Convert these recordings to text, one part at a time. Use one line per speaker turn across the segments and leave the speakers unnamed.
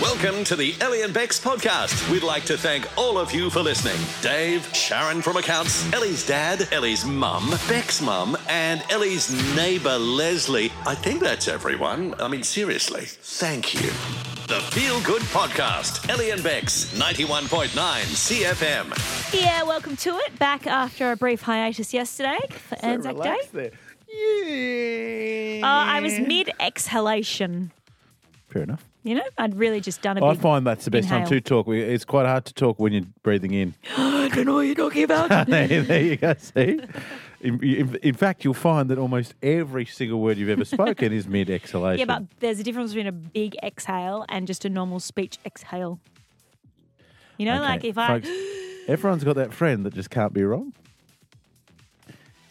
Welcome to the Ellie and Bex podcast. We'd like to thank all of you for listening. Dave, Sharon from accounts, Ellie's dad, Ellie's mum, Beck's mum, and Ellie's neighbour Leslie. I think that's everyone. I mean, seriously, thank you. The Feel Good Podcast, Ellie and Bex, 91.9 CFM.
Yeah, welcome to it. Back after a brief hiatus yesterday for Anzac Day.
relaxed there. Yeah.
Uh, I was mid exhalation.
Fair enough.
You know, I'd really just done a
I
big
find that's the best time
inhale.
to talk. We- It's quite hard to talk when you're breathing in.
I don't know what you're talking about.
there, there you go. See. In, in, in fact, you'll find that almost every single word you've ever spoken is mid exhalation.
yeah, but there's a difference between a big exhale and just a normal speech exhale. You know, like if I,
Folks, everyone's got that friend that just can't be wrong.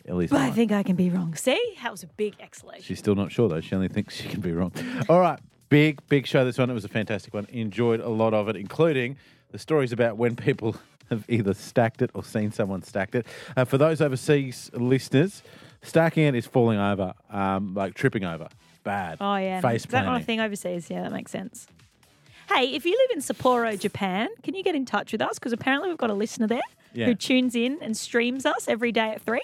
Ellie's
but I
not.
think I can be wrong. See, that was a big exhalation.
She's still not sure though. She only thinks she can be wrong. All right, big big show this one. It was a fantastic one. Enjoyed a lot of it, including the stories about when people have either stacked it or seen someone stacked it. Uh, for those overseas listeners, stacking it is falling over, um, like tripping over. Bad.
Oh yeah,
Face
is that not a
planting.
thing overseas? Yeah, that makes sense. Hey, if you live in Sapporo, Japan, can you get in touch with us? Because apparently we've got a listener there
Yeah.
who tunes in and streams us every day at three.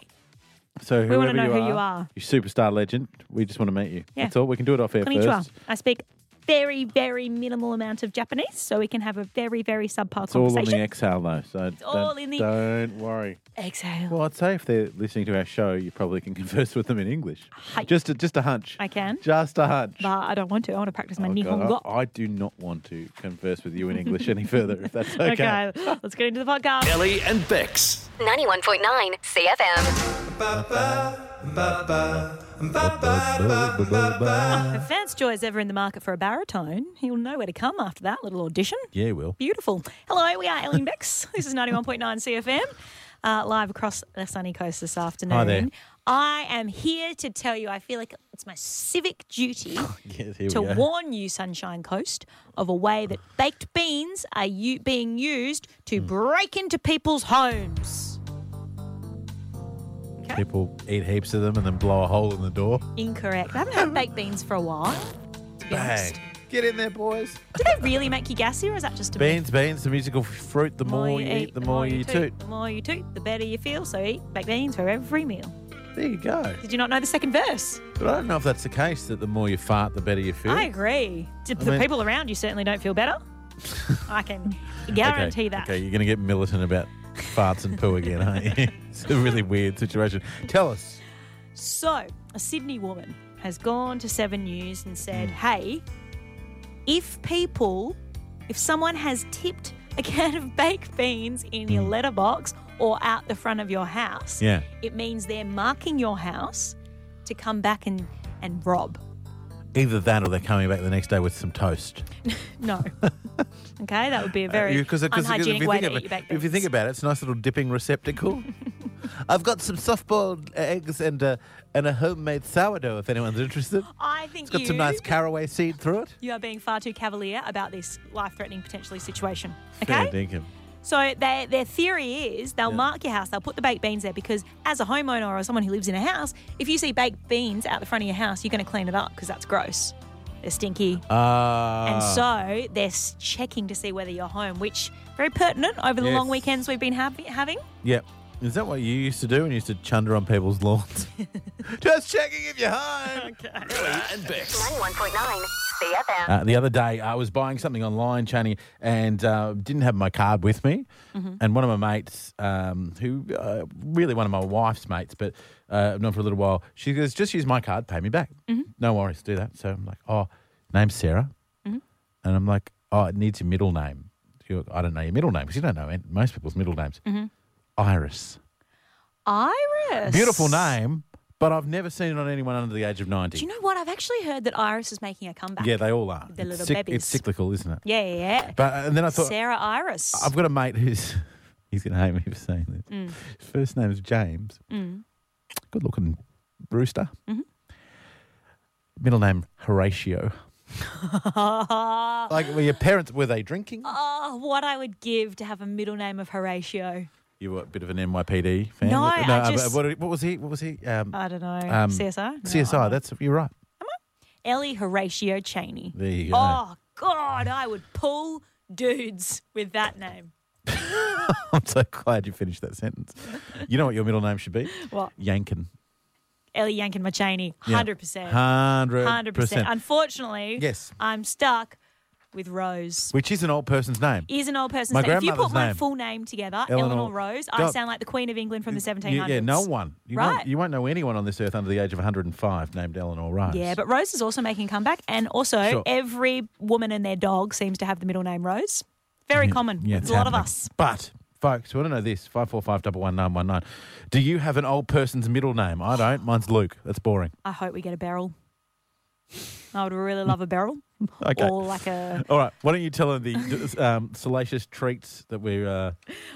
So
We wanna
whoever
know
you
who
are,
you are.
you superstar legend. We just want to meet you.
Yeah.
That's all. We can do it off air
Konnichiwa.
first.
I speak very, very minimal amount of Japanese, so we can have a very, very subpar
It's all on the
conversation.
exhale though, so don't,
all in the-
don't worry.
Exhale.
Well, I'd say if they're listening to our show, you probably can converse with them in English.
Hi.
Just a, just a hunch.
I can.
Just a hunch.
But I don't want to. I want to practice my
Oh,
Nihongo.
God, I, I do not want to converse with you in English any further, if that's Oh, okay.
okay, let's get into the podcast.
Ellie and Bex.
91.9 CFM.
If Vance Joy is ever in the market for a baritone, he'll know where to come after that little audition.
Yeah, you will.
Beautiful. Hello, we are Ellen Bex. this is 91.9 CFM, uh, live across the sunny coast this afternoon.
Hi there.
I am here to tell you, I feel like it's my civic duty
Yes, here
to
we go.
warn you, Sunshine Coast, of a way that baked beans are u- being used
Hmm.
to break into people's homes.
People eat heaps of them and then blow a hole in the door.
Incorrect. I haven't had baked beans for a while, to be honest.
Get in there, boys.
Do they really make you gassy, or is that just a
Beans, beans, the musical fruit. The more, you eat, the more you toot.
The more you toot, the better you feel. So eat baked beans for every meal.
There you go.
Did you not know the second verse?
But I don't know if that's the case. That the more you fart, the better you feel.
I agree. D- the
mean-
people around you certainly don't feel better. I can guarantee
okay.
that.
Okay, you're going to get militant about farts and poo again, aren't you? It's a really weird situation. Tell us.
So, a Sydney woman has gone to Seven News and said,
Hmm.
hey, if people, if someone has tipped a can of baked beans in your letterbox or out the front of your house,
Hmm. Yeah.
it means they're marking your house to come back and, and rob.
Either that, or they're coming back the next day with some toast.
No. okay, that would be a very
Uh, You- 'cause- 'cause- 'cause if you
unhygienic way
think
to
of
eat
it-
your baked beans.
If you think about it, it's a nice little dipping receptacle. I've got some soft-boiled eggs and a, and a homemade sourdough. If anyone's interested,
I think
it's got
you,
some nice caraway seed through it.
you are being far too cavalier about this life-threatening potentially situation. Okay?
Fair dinkum.
So their their theory is they'll mark your house, they'll put the baked beans there because as a homeowner or someone who lives in a house, if you see baked beans out the front of your house, you're going to clean it up because that's gross. They're stinky.
Ah.
and so they're s- checking to see whether you're home, which very pertinent over the long
Yes.
weekends we've been hav- having.
Yeah. Is that what you used to do when you used to chunder on people's lawns? Just checking if you're home.
Ellie and Bex.
91.9 CFM.
Uh, the other day, I was buying something online, Chani, and uh, didn't have my card with me.
Mm-hmm.
And one of my mates, um, who uh, really one of my wife's mates, but uh, known for a little while, she goes, "Just use my card, pay me back.
Mm-hmm.
No worries, do that." So I'm like, "Oh, name's Sarah,"
Mm-hmm.
and I'm like, "Oh, it needs your middle name." She goes, I don't know your middle name because you don't know it- most people's middle names.
Mm-hmm.
Iris.
Iris.
Beautiful name, but I've never seen it on anyone under the age of 90.
Do you know what? I've actually heard that Iris is making a comeback.
yeah, they all are.
The
it's,
little babies.
it's cyclical, isn't it?
Yeah, yeah, yeah.
But uh, and then I thought
Sarah Iris.
I've got a mate who's he's going to hate me for saying this.
Mm.
His first name's James. Good looking rooster.
Mm-hmm.
Middle name Horatio. like were your parents were they drinking?
oh, what I would give to have a middle name of Horatio.
You were a bit of an NYPD fan.
No,
were-
I
but
just- Uh,
what, what was he? What was he? Um,
I don't know.
um,
CSI? No,
CSI.
I'm not.
That's you're right.
Ellie Horatio Cheney.
There you go.
Oh, God, I would pull dudes with that name.
I'm so glad you finished that sentence. You know what your middle name should be?
What?
Yankin.
Ellie Yankin Machaney,
Yeah.
100%.
100%.
100%. Unfortunately,
Yes.
I'm stuck with Rose.
Which is an old person's name.
Is an old person's
My
name. If you put
grandmother's
my
name.
full name together,
Eleanor-
Eleanor, Rose, I
God.
sound like the Queen of England from the 1700s.
You- yeah, no one. You Won't,
Right.
you won't know anyone on this earth under the age of 105 named Eleanor Rose.
Yeah, but Rose is also making a comeback, and also
Sure.
every woman and their dog seems to have the middle name Rose. Very common.
Yeah,
Yeah,
it's
a lot of
happening.
us.
But, folks, we want to know this 545 Do you have an old person's middle name? I don't. Mine's Luke. That's boring.
I hope we get a barrel. I would really love a barrel,
Okay.
or like a.
All right. Why don't you tell them the um, salacious treats that we're. Uh,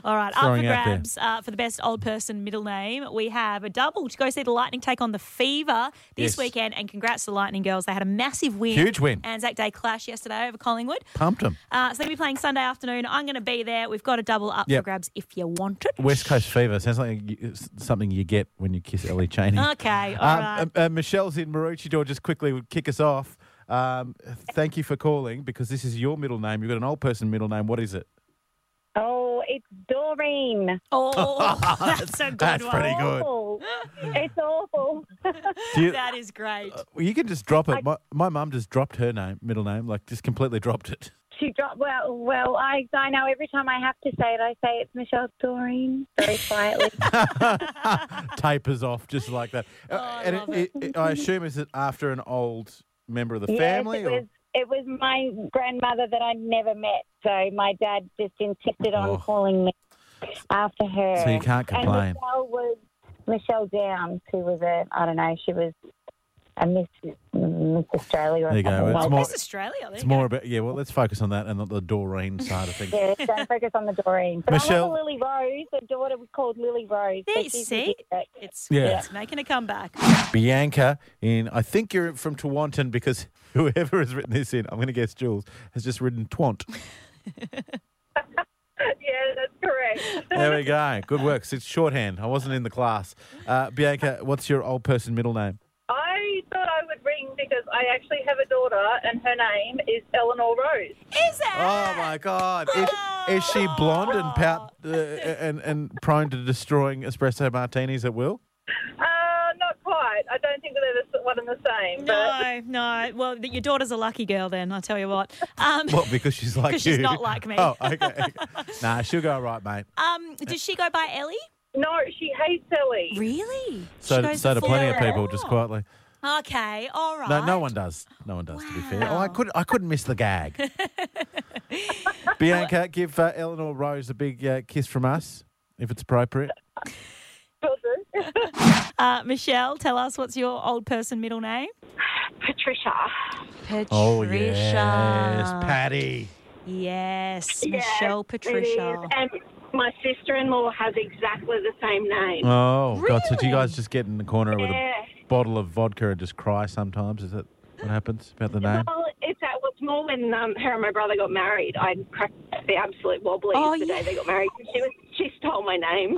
All right, up for
Throwing out there.
grabs uh, for the best old person middle name. We have a double to go see the Lightning take on the Fever this
Yes.
weekend, and congrats to the Lightning girls. They had a massive win,
Huge win.
Anzac Day clash yesterday over Collingwood.
pumped them.
Uh, so they'll be playing Sunday afternoon. I'm going to be there. We've got a double up
Yep.
for grabs if you want it.
West Coast Fever sounds like you- it's something you get when you kiss Ellie Cheney.
Okay, all
Um,
right.
uh, uh, Michelle's in Maroochydore. Just quickly would kick us off. Um, thank you for calling because this is your middle name. You've got an old person middle name. What is it?
Oh, it's Doreen.
Oh, that's a good
That's
one.
pretty good.
Awful. it's awful.
Do you,
That is great.
well, you can just drop it. my, my mum just dropped her name, middle name, like just completely dropped it.
She dropped. Well, well, I I know. Every time I have to say it, I say it's Michelle Doreen very quietly.
Tapers off just like that. Uh,
Oh, I
and
love
it, it- I assume is it after an old member of the family?
Yes, it
or-
was. It was my grandmother that I never met, so my dad just insisted on
Oh.
calling me after her.
So you can't complain.
And Michelle was Michelle Downs, who was a I don't know, she was a Miss Miss Australia. Or
There you go.
something
It's
like
more-
Miss Australia. There
it's
you go.
more about yeah. Well, let's focus on that and not the Doreen side of things.
Yes, don't focus on the Doreen. But
Michelle-
I have a Lily Rose. A daughter was called Lily Rose.
There
so
you
she's
see.
ridiculous.
It's,
Yeah.
it's making a comeback.
Bianca in, I think you're from Tawantin because whoever has written this in, I'm going to guess Jules, has just written Twant.
Yeah, that's correct.
There we go. Good work. It's shorthand. I wasn't in the class. Uh, Bianca, what's your old person middle name?
I thought I would ring because I actually have a daughter, and her name is Eleanor Rose.
Is it?
Oh my God. Is, is she blonde and, pout, uh, and, and prone to destroying espresso martinis at will?
Uh, not quite. I don't think that they're the s- one and the same. But
No, no. Well, th- your daughter's a lucky girl then, I'll tell you what. Um,
Well, because she's like
'Cause she's
you.
not like me.
Oh, okay. nah, she'll go all right, mate.
um, does she go by Ellie?
no, she hates Ellie.
Really? She
So,
goes
so
the
do plenty of
full-
people, just quietly.
Okay, all right.
No, no one does. No one does. To be fair, oh, I
Wow.
could, I couldn't miss the gag. Bianca, give uh, Eleanor Rose a big uh, kiss from us, if it's appropriate.
Uh, Michelle, tell us what's your old person middle name?
Patricia.
Patricia.
Oh, Patty.
Yes, Michelle Patricia.
And my sister-in-law has exactly the same name.
Oh God! So do you guys
Really?
just get in the corner with a
Yeah.
bottle of vodka and just cry sometimes? Is that what happens about the name?
Well, it's at what's more when um, her and my brother got married. I cracked the absolute wobbly
Oh,
the
yeah.
day they got married. She was she stole my name.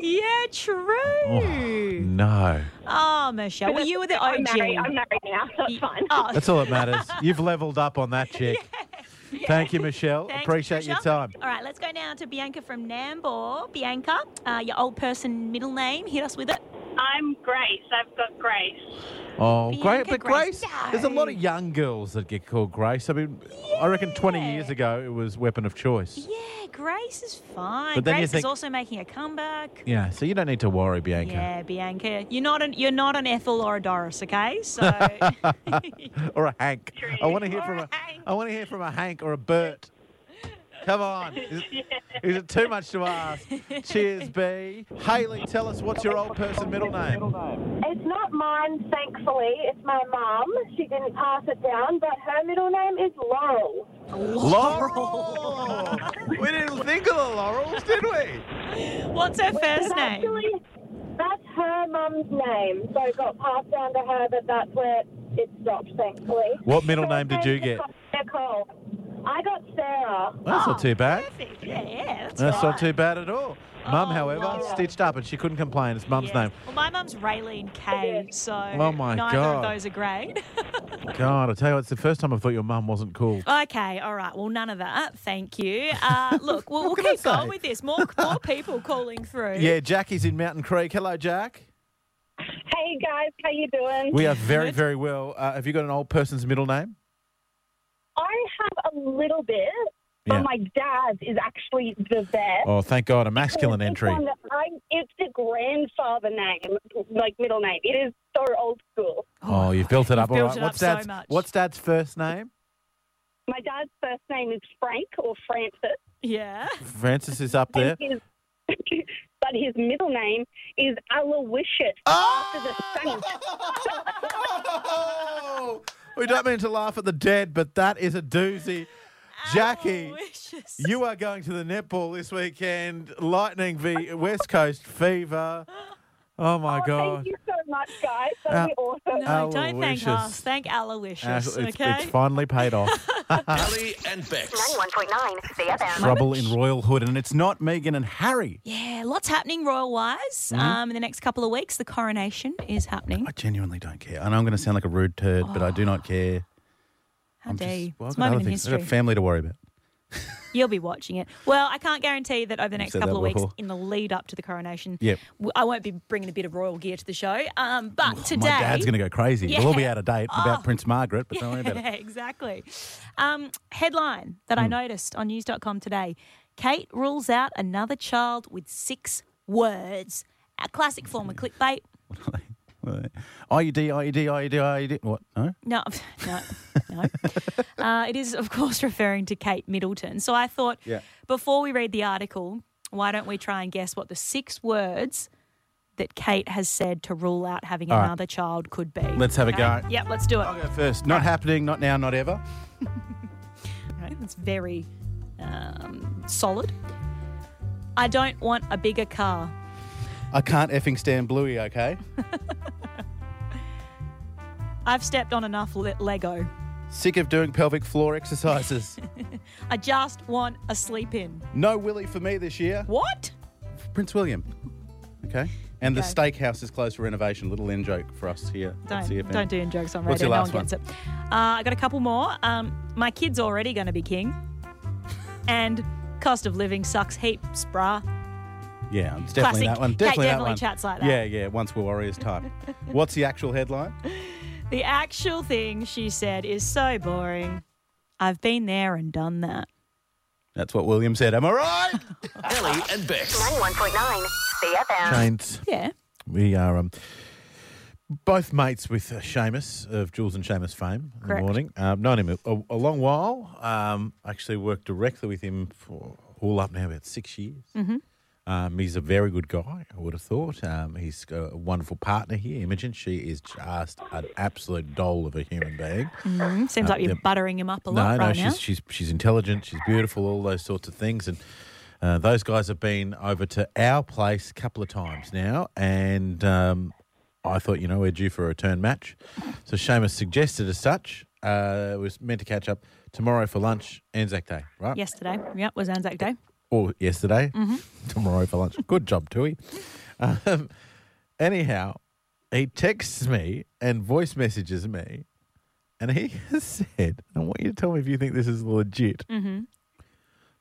yeah, true.
No,
Oh, Michelle, well, you were the OG.
I'm married. I'm married now, so it's fine.
Oh,
that's all that matters. You've leveled up on that chick. Thank you, Michelle.
Thanks,
Appreciate your
Patricia.
time.
All right, let's go now to Bianca from Nambour. Bianca, uh, your old person middle name, hit us with it.
I'm Grace. I've got Grace.
Oh, great!
Bianca
But Grace,
Grace,
there's a lot of
no.
young girls that get called Grace. I mean, I reckon 20 years ago it was weapon of choice. Yeah.
Yeah, Grace is fine.
But then you
Grace
think-
is also making a comeback.
so you don't need to worry, Bianca.
Yeah, Bianca, you're not an you're not an Ethel or a Doris, okay? So
Or a Hank. I want to hear
Or
from
a
a
Hank.
I want to hear from a Hank or a Bert. Come on. Is, is it too much to ask? Cheers, B. Haley, tell us what's your old person middle name?
It's not mine, thankfully. It's my mum. She didn't pass it down, but her middle name is Laurel.
Laurel. we didn't think of the Laurels, did we?
what's her first
It's
name?
Actually, that's her mum's name, so it got passed down to her, but that's where it stopped, thankfully.
What middle
So
name did
thanks
you
to
get?
Nicole. I got Sarah.
That's not too bad.
Perfect. Yeah, yeah, that's,
That's
right.
not too bad at all. Mum,
Oh,
however,
no.
stitched up and she couldn't complain. It's Mum's
Yes.
name.
Well, my mum's Raylene K, so
Oh, my
neither
God.
of those are great.
God, I tell you, what, it's the first time I thought your mum wasn't cool.
Okay, all right. Well, none of that. Thank you. Uh, look, we'll, we'll keep
I
going
say?
with this. More, more people calling through.
Yeah, Jackie's in Mountain Creek. Hello, Jack.
Hey guys, how you doing?
We are very, very well. Uh, have you got an old person's middle name?
I have a little bit, but
Yeah.
my dad is actually the best.
Oh, thank God, a masculine
It's
entry.
one that I- it's the grandfather name, like middle name. It is so old school.
Oh, you've built it up.
You've built
All right.
it up
What's
so
dad's
much.
What's dad's first name?
My dad's first name is Frank or Francis,
Yeah.
Francis is up there.
and his, but his middle name is Aloysius
Ah!
after the
Oh
saint.
We don't mean to laugh at the dead, but that is a doozy. Jackie,
Aloysius.
you are going to the netball this weekend. Lightning v West Coast Fever. Oh my
Oh,
God. Uh,
Thank you so much, guys. That'll be awesome.
No, don't thank
Aloysius.
us. Thank
Ash,
Aloysius.
it's,
okay.
it's finally paid off.
Ellie and Bex.
91.9 CFM.
Trouble in Royal Hood, and it's not Megan and Harry.
Yeah, lots happening royal wise. Um, in the next couple of weeks, the coronation is happening.
Mm-hmm. I genuinely don't care. I know I'm going to sound like a rude turd, but I do not care.
How dare Oh, you?
well,
it's a moment
I've got other
in
things. I've got
history.
family to worry about.
You'll be watching it. Well, I can't guarantee that over the next
said
couple
that
of weeks,
before.
in the lead up to the coronation,
Yep.
w- I won't be bringing a bit of royal gear to the show. Um, but today,
My dad's going to go crazy. We'll all be
Yeah. Oh.
out of date about Prince Margaret, but don't worry about it.
Yeah, exactly. Um, headline that
Hmm.
I noticed on news.com today Kate rules out another child with six words. A classic form of clickbait.
IUD, IUD, IUD, IUD. E What? No?
No, no, no. uh, it is, of course, referring to Kate Middleton. So I thought
Yeah.
before we read the article, why don't we try and guess what the six words that Kate has said to rule out having
right.
another child could be?
Let's have a go.
Yep, let's do it.
I'll go first. Not happening, not now, not ever.
Right, It's very um, solid. I don't want a bigger car.
I can't effing stand Bluey, okay?
I've stepped on enough le- Lego.
Sick of doing pelvic floor exercises.
I just want a sleep in.
No Willie for me this year.
What?
Prince William. Okay? And the
Okay.
steakhouse is closed for renovation. Little in joke for us here. at
Don't,
CFM.
don't do in jokes on radio.
What's your
no
last
one gets it. Uh, I got a couple more. Um, my kid's already going to be king. And cost of living sucks heaps, brah.
Yeah, it's definitely
Classic.
that one.
Kate
Definitely that
definitely
one.
chats like that.
Yeah, yeah. Once we're warriors type. What's the actual headline?
The actual thing she said is so boring. I've been there and done that.
That's what William said. Am I right?
Ellie and Bex.
91.9 CFM.
Saints.
Yeah.
We are um, both mates with uh, Seamus of Jules and Seamus fame in the
Correct.
morning. Um, known him a, a, a long while. Um, actually worked directly with him for all up now about six years. Mm-hmm. Um, he's a very good guy, I would have thought. Um, he's got a wonderful partner here, Imogen. She is just an absolute doll of a human being.
Mm, seems like you're
Uh, yeah.
buttering him up a
No,
lot
no,
right now.
she's, she's she's intelligent, she's beautiful, all those sorts of things. And uh, those guys have been over to our place a couple of times now, and um, I thought, you know, we're due for a return match, so Seamus suggested as such. Uh, we was meant to catch up tomorrow for lunch, Anzac Day, right?
Yesterday. Yep, was Anzac Day.
Or yesterday, tomorrow for lunch. Good job, Tui. Um, anyhow, he texts me and voice messages me, and he has said, "I want you to tell me if you think this is legit." Mm-hmm.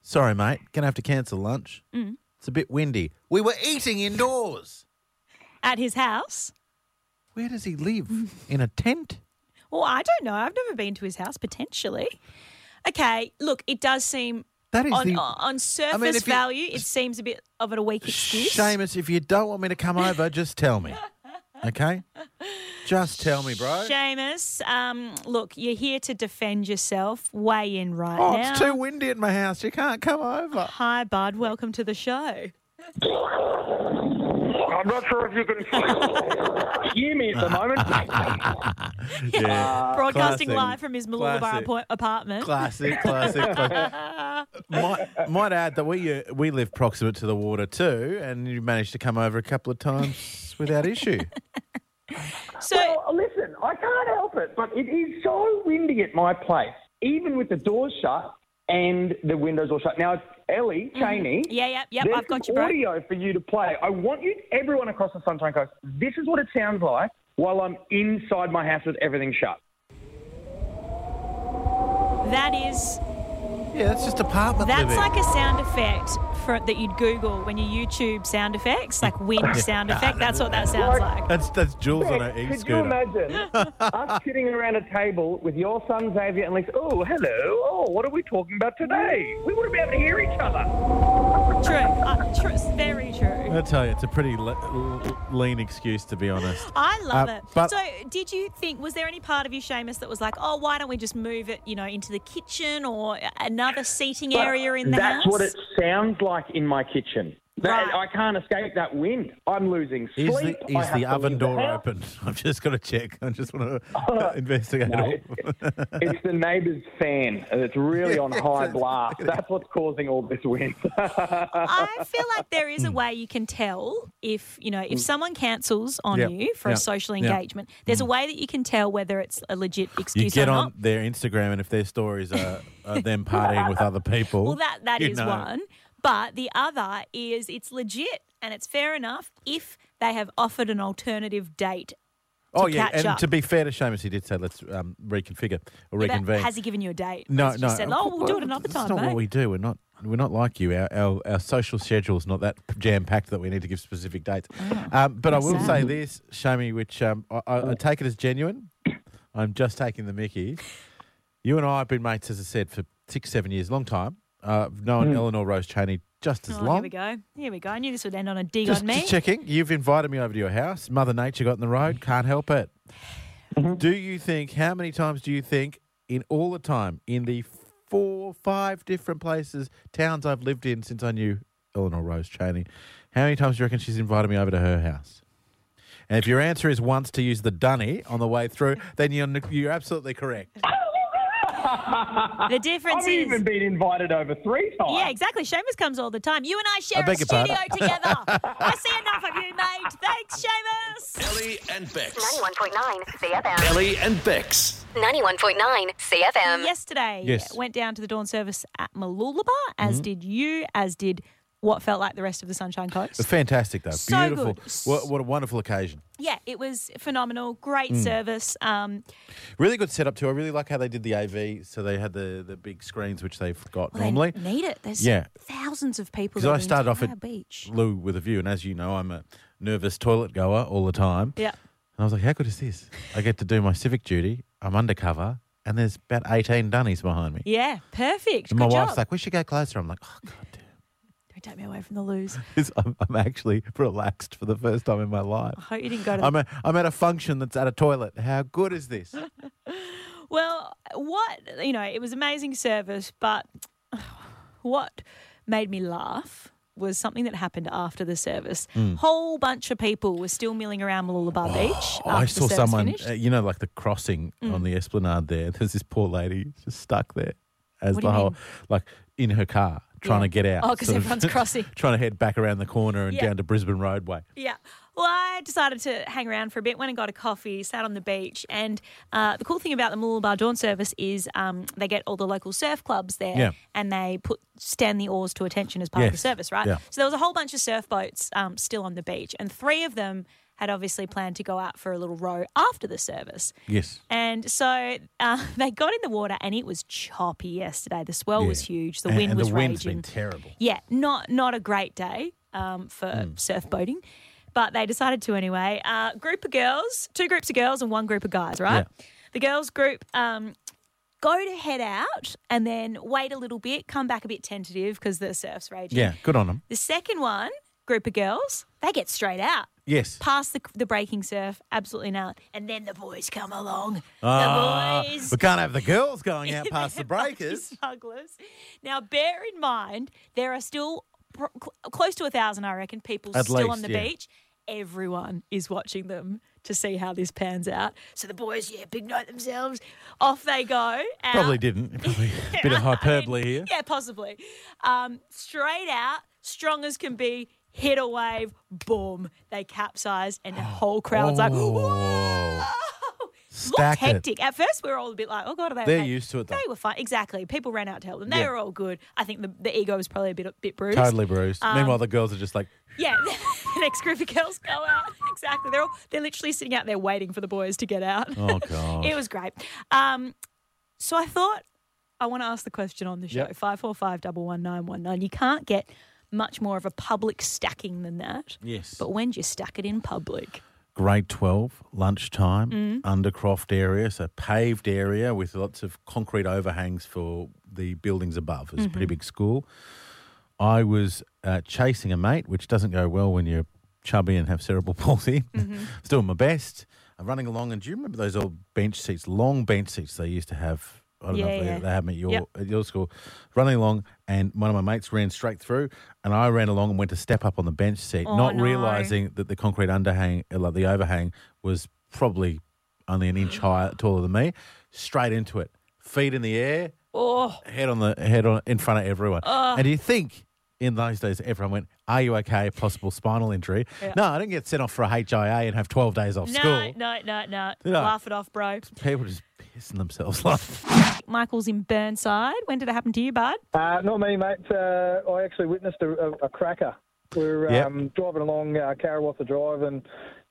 Sorry, mate, gonna have to cancel lunch. It's a bit windy. We were eating indoors.
At his house.
Where does he live? In a tent?
Well, I don't know. I've never been to his house, potentially. Okay, look, it does seem
That is
on, uh,
the
on surface
if you-
value, it seems a bit of a weak excuse.
Seamus. If you don't want me to come over, just tell me. Okay, just tell me, bro.
Seamus, um, look, you're here to defend yourself. Weigh in right
Oh,
now.
it's too windy at my house. You can't come over.
Hi, bud. Welcome to the show.
I'm not sure if you can hear me at the moment.
Yeah.
Broadcasting
classic.
live from his Malulabar
Classic.
appo- apartment.
Classic, classic, classic. might, might add that we uh, we live proximate to the water too, and you managed to come over a couple of times without issue.
so,
Well, listen, I can't help it, but it is so windy at my place, even with the doors shut and the windows all shut. Now, it's Ellie, Cheney.
yeah, yeah, Mm-hmm. yep,
There's
I've got you,
some
bro.
audio for you to play. I want you, everyone across the Sunshine Coast, this is what it sounds like while I'm inside my house with everything shut.
That is,
Yeah, that's just apartment
that's
living.
like a sound effect for, that you'd Google when you YouTube sound effects, like wind sound effect. That's what that sounds like.
that's that's Jules on her
Beck,
e
could you
scooter.
imagine us sitting around a table with your son Xavier and Lisa? Oh, hello. Oh, what are we talking about today? We wouldn't be able to hear each other.
True. Uh, true. It's Very true.
I tell you, it's a pretty le- l- lean excuse to be honest.
I love
Uh,
it.
but-
so, did you think, was there any part of you, Seamus, that was like, oh, why don't we just move it, you know, into the kitchen or another seating area in the
That's
house?
what it sounds like in my kitchen. That-
Right.
I can't escape that wind. I'm losing sleep.
Is the,
I
is
have
the
to
oven
leave
door
house. Oh,
open? I've just got to check. I just want to investigate
No,
it all.
it's- it's the neighbour's fan. It's really on high blast. That's what's causing all this wind.
I feel like there
Mm.
is a way you can tell if, you know, if someone cancels on
Yep.
you for
Yep.
a social
Yep.
engagement, there's a way that you can tell whether it's a legit excuse
Mm. You get
or
on
not.
their Instagram, and if their stories are, are them partying with other people,
Well, that that is
you know.
one, but the other is it's legit and it's fair enough if they have offered an alternative date.
Oh yeah,
catch
and
up.
to be fair to Seamus, he did say let's um, reconfigure
But
or reconvene.
has he given you a date?
no,
Has he
no.
just Said, oh, we'll do it another time,
That's not
mate."
what we do. We're not. We're not like you. Our our, our social schedule's not that jam packed that we need to give specific dates. um, but I will
Oh, sad.
say this, Shami, which um, I, I, I take it as genuine. I'm just taking the Mickey. You and I have been mates, as I said, for six, seven years, long time. Uh, I've known Eleanor Rose Cheney just as
Hmm. Oh,
long.
here we go. Here we go. I knew this would end on a dig
Just,
on me.
just checking. You've invited me over to your house. Mother Nature got in the road. Can't help it. Do you think, how many times do you think in all the time, in the four, five different places, towns I've lived in since I knew Eleanor Rose Cheney, how many times do you reckon she's invited me over to her house? And if your answer is once to use the dunny on the way through, then you're, you're absolutely correct.
The difference
I've
is.
even been invited over three times.
yeah, exactly. Seamus comes all the time. You and I share a
beg your
studio
pardon.
together. I see enough of you, mate. Thanks, Seamus.
Ellie and Bex.
91.9 CFM.
Ellie and Bex.
91.9 CFM.
yesterday
Yes. Mm-hmm.
went down to the dawn service at Malulaba, as did you, as did what felt like the rest of the Sunshine Coast.
Fantastic, though.
So
Beautiful.
good.
What, what a wonderful occasion.
yeah, it was phenomenal. Great
Mm.
service. Um,
Really good setup too. I really like how they did the AV. So they had the, the big screens, which they've got
well,
normally.
they need it. There's
Yeah.
thousands of people.
Because
there
I
the
started off
entire
at
beach.
Lou with a view, and as you know, I'm a nervous toilet goer all the time.
Yeah.
And I was like, how good is this? I get to do my civic duty. I'm undercover, and there's about 18 dunnies behind me.
Yeah, perfect.
and my
Good
wife's
job.
like, we should go closer. I'm like, oh god. damn."
Don't take me away from the loos.
'Cause I'm, I'm actually relaxed for the first time in my life.
I hope you didn't go to the
I'm, a, I'm at a function that's at a toilet. How good is this?
Well, what you know, it was amazing service, but what made me laugh was something that happened after the service.
Mm.
Whole bunch of people were still milling around Malulaba Beach. After
Oh, I
the
saw
service
someone,
Finished. Mm.
uh, you know, like the crossing on the esplanade there. There's this poor lady just stuck there as
What do
the
you
whole,
mean?
like in her car, trying
Yeah.
to get out.
Oh, 'cause
sort of
everyone's crossing.
trying to head back around the corner and
Yeah.
down to Brisbane Roadway.
Yeah. Well, I decided to hang around for a bit, went and got a coffee, sat on the beach. And uh, the cool thing about the Moolabar Dawn Service is um, they get all the local surf clubs there
Yeah.
and they put stand the oars to attention as part of the
Yes.
service, right?
Yeah.
So there was a whole bunch of surf boats um, still on the beach, and three of them had obviously planned to go out for a little row after the service.
Yes.
And so uh, they got in the water, and it was choppy yesterday. The swell Oh, was huge, the
And-
wind
and
was
the wind's
raging
been terrible.
yeah, not not a great day um, for
Hmm.
surf boating, but they decided to anyway. Uh, group of girls, two groups of girls and one group of guys, right? The girls group um, go to head out and then wait a little bit, come back a bit tentative because the surf's raging.
Yeah, good on them.
The second one, group of girls, they get straight out.
Yes.
Past the, the breaking surf, absolutely nail it. And then the boys come along.
Ah,
the boys.
we can't have the girls going out past the breakers.
Smugglers. Now, bear in mind, there are still pro- cl- close to a thousand, I reckon, people
At
still on
least,
the
yeah.
beach. Everyone is watching them to see how this pans out. So the boys, yeah, big note themselves. Off they go. out.
Probably didn't. Probably a bit of
I mean,
hyperbole here.
Yeah, possibly. Um, straight out, strong as can be, hit a wave, boom. They capsized, and the whole crowd's like,
Oh. Whoa.
whoa. Looked
Stack it.
Oh, hectic. At first, we were all a bit like, "Oh God, are they?"
They're
okay?
used to it, though.
They were fine. Exactly. People ran out to help them. They
Yeah.
were all good. I think the, the ego was probably a bit a bit bruised.
Totally bruised.
Um,
Meanwhile, the girls are just like,
Yeah. the next group of girls go out. Exactly. They're all they're literally sitting out there waiting for the boys to get out.
oh, God.
It was great. Um, so I thought I want to ask the question on the show.
Yep.
Five four five double one nine one nine. You can't get much more of a public stacking than that.
Yes.
But when do you stack it in public?
Grade 12, lunchtime,
Mm.
undercroft area, so paved area with lots of concrete overhangs for the buildings above. It's a
Mm-hmm.
pretty big school. I was uh, chasing a mate, which doesn't go well when you're chubby and have cerebral palsy.
Mm-hmm.
I was doing my best. I'm running along, and do you remember those old bench seats, long bench seats they used to have? I don't know
Yeah,
if they,
yeah.
they have them at your,
Yep.
at your school. Running along, and one of my mates ran straight through, and I ran along and went to step up on the bench seat,
Oh,
not
no.
realizing think that the concrete underhang, uh, like the overhang, was probably only an inch higher, taller than me. Straight into it, feet in the air,
Oh,
head on the head on in front of everyone. And you think in those days everyone went, "Are you okay? Possible spinal injury?" No, I didn't get sent off for a HIA and have twelve days off
no,
school.
no, no, no.
Did I?
Laugh it off, bro.
People just pissing themselves off.
Michael's in Burnside. When did it happen to you, bud?
Uh, not me, mate. Uh, I actually witnessed a, a, a cracker. We were
Yep.
um, driving along uh, Karawatha Drive, and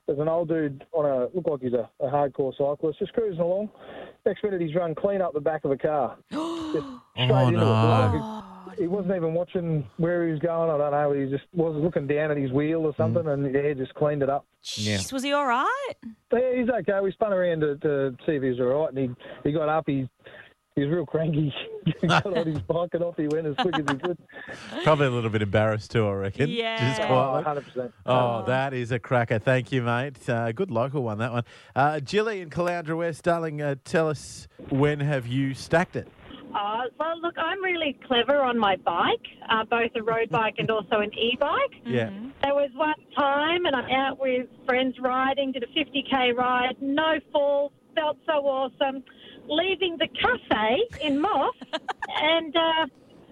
there's an old dude on a looked like he's a, a hardcore cyclist, just cruising along. Next minute, he's run clean up the back of a car, just straight
Oh,
into
no.
it. Like, he, he wasn't even watching where he was going. I don't know. He just was looking down at his wheel
Mm.
or something, and yeah, just cleaned it up.
Jeez, was he all right?
But yeah, he's okay. We spun around to, to see if he was all right, and he, he got up. He he was real cranky. he got on his bike and off he went as quick as he could.
Probably a little bit embarrassed too, I reckon. Just
Yeah.
quietly.
100%.
Oh, that is a cracker. Thank you, mate. Uh, good local one, that one. Uh, Jilly in Caloundra West, darling, uh, tell us when have you stacked it?
Uh, well, look, I'm really clever on my bike, uh, both a road bike and also an e-bike.
Yeah.
There was one time, and I'm out with friends riding, did a 50k ride, no falls, felt so awesome. Leaving the cafe in Moss, and uh,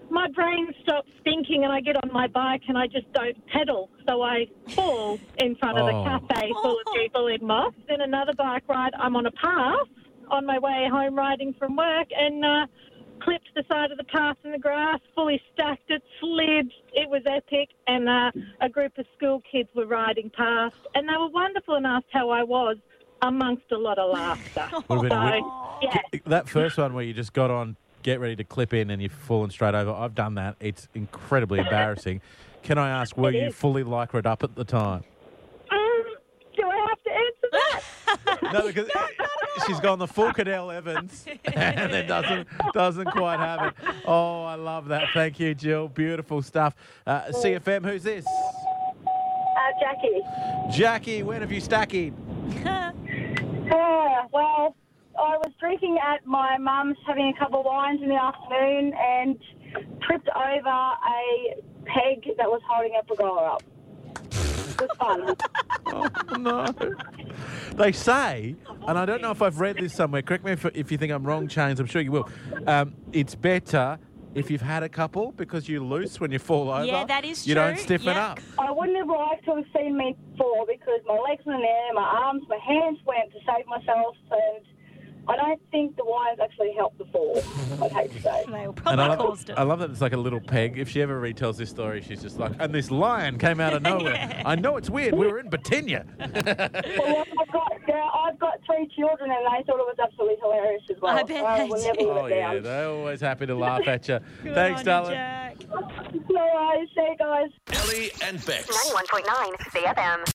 my brain stops thinking, and I get on my bike and I just don't pedal, so I fall in front of
Oh.
the cafe full of people in Moss. Then another bike ride, I'm on a path on my way home riding from work, and. Uh, clipped the side of the path in the grass, fully stacked it, slid. It was epic. And uh, a group of school kids were riding past, and they were wonderful and asked how I was, amongst a lot of laughter.
Would've been a win-
so, yeah.
That first one where you just got on, get ready to clip in, and you've fallen straight over. I've done that. It's incredibly embarrassing. Can I ask, were you fully lycra up at the time?
Um, do I have to answer that?
No, because she's gone the full Cadell Evans and it doesn't doesn't quite have it. Oh, I love that. Thank you, Jill. Beautiful stuff. Uh, CFM, who's this?
Uh, Jackie.
Jackie, when have you stacking?
Yeah, well, I was drinking at my mum's, having a couple of wines in the afternoon, and tripped over a peg that was holding a pergola up. It was fun.
No. They say, and I don't know if I've read this somewhere, correct me if, if you think I'm wrong, Chains, I'm sure you will. Um, it's better if you've had a couple because you loose when you fall over.
Yeah, that is
You don't
true.
stiffen
Yeah.
up.
I wouldn't have liked to have seen me fall because my legs were in the air, my arms, my hands went to save myself, and I don't think the wines actually helped the fall. I'd hate to say.
They were
And
probably
I love,
caused it.
I love that it's like a little peg. If she ever retells this story, she's just like, and this lion came out of nowhere. I know it's weird. We were in Batinia.
Well, I've got, yeah, I've got three children, and they thought it was absolutely hilarious as well.
I bet
I
they
will never
did.
live
Oh,
it down.
yeah. They're always happy to laugh at you.
Good
Thanks,
on you,
darling.
Jack.
No worries. See you guys.
Ellie and Bex.
91.9 CFM.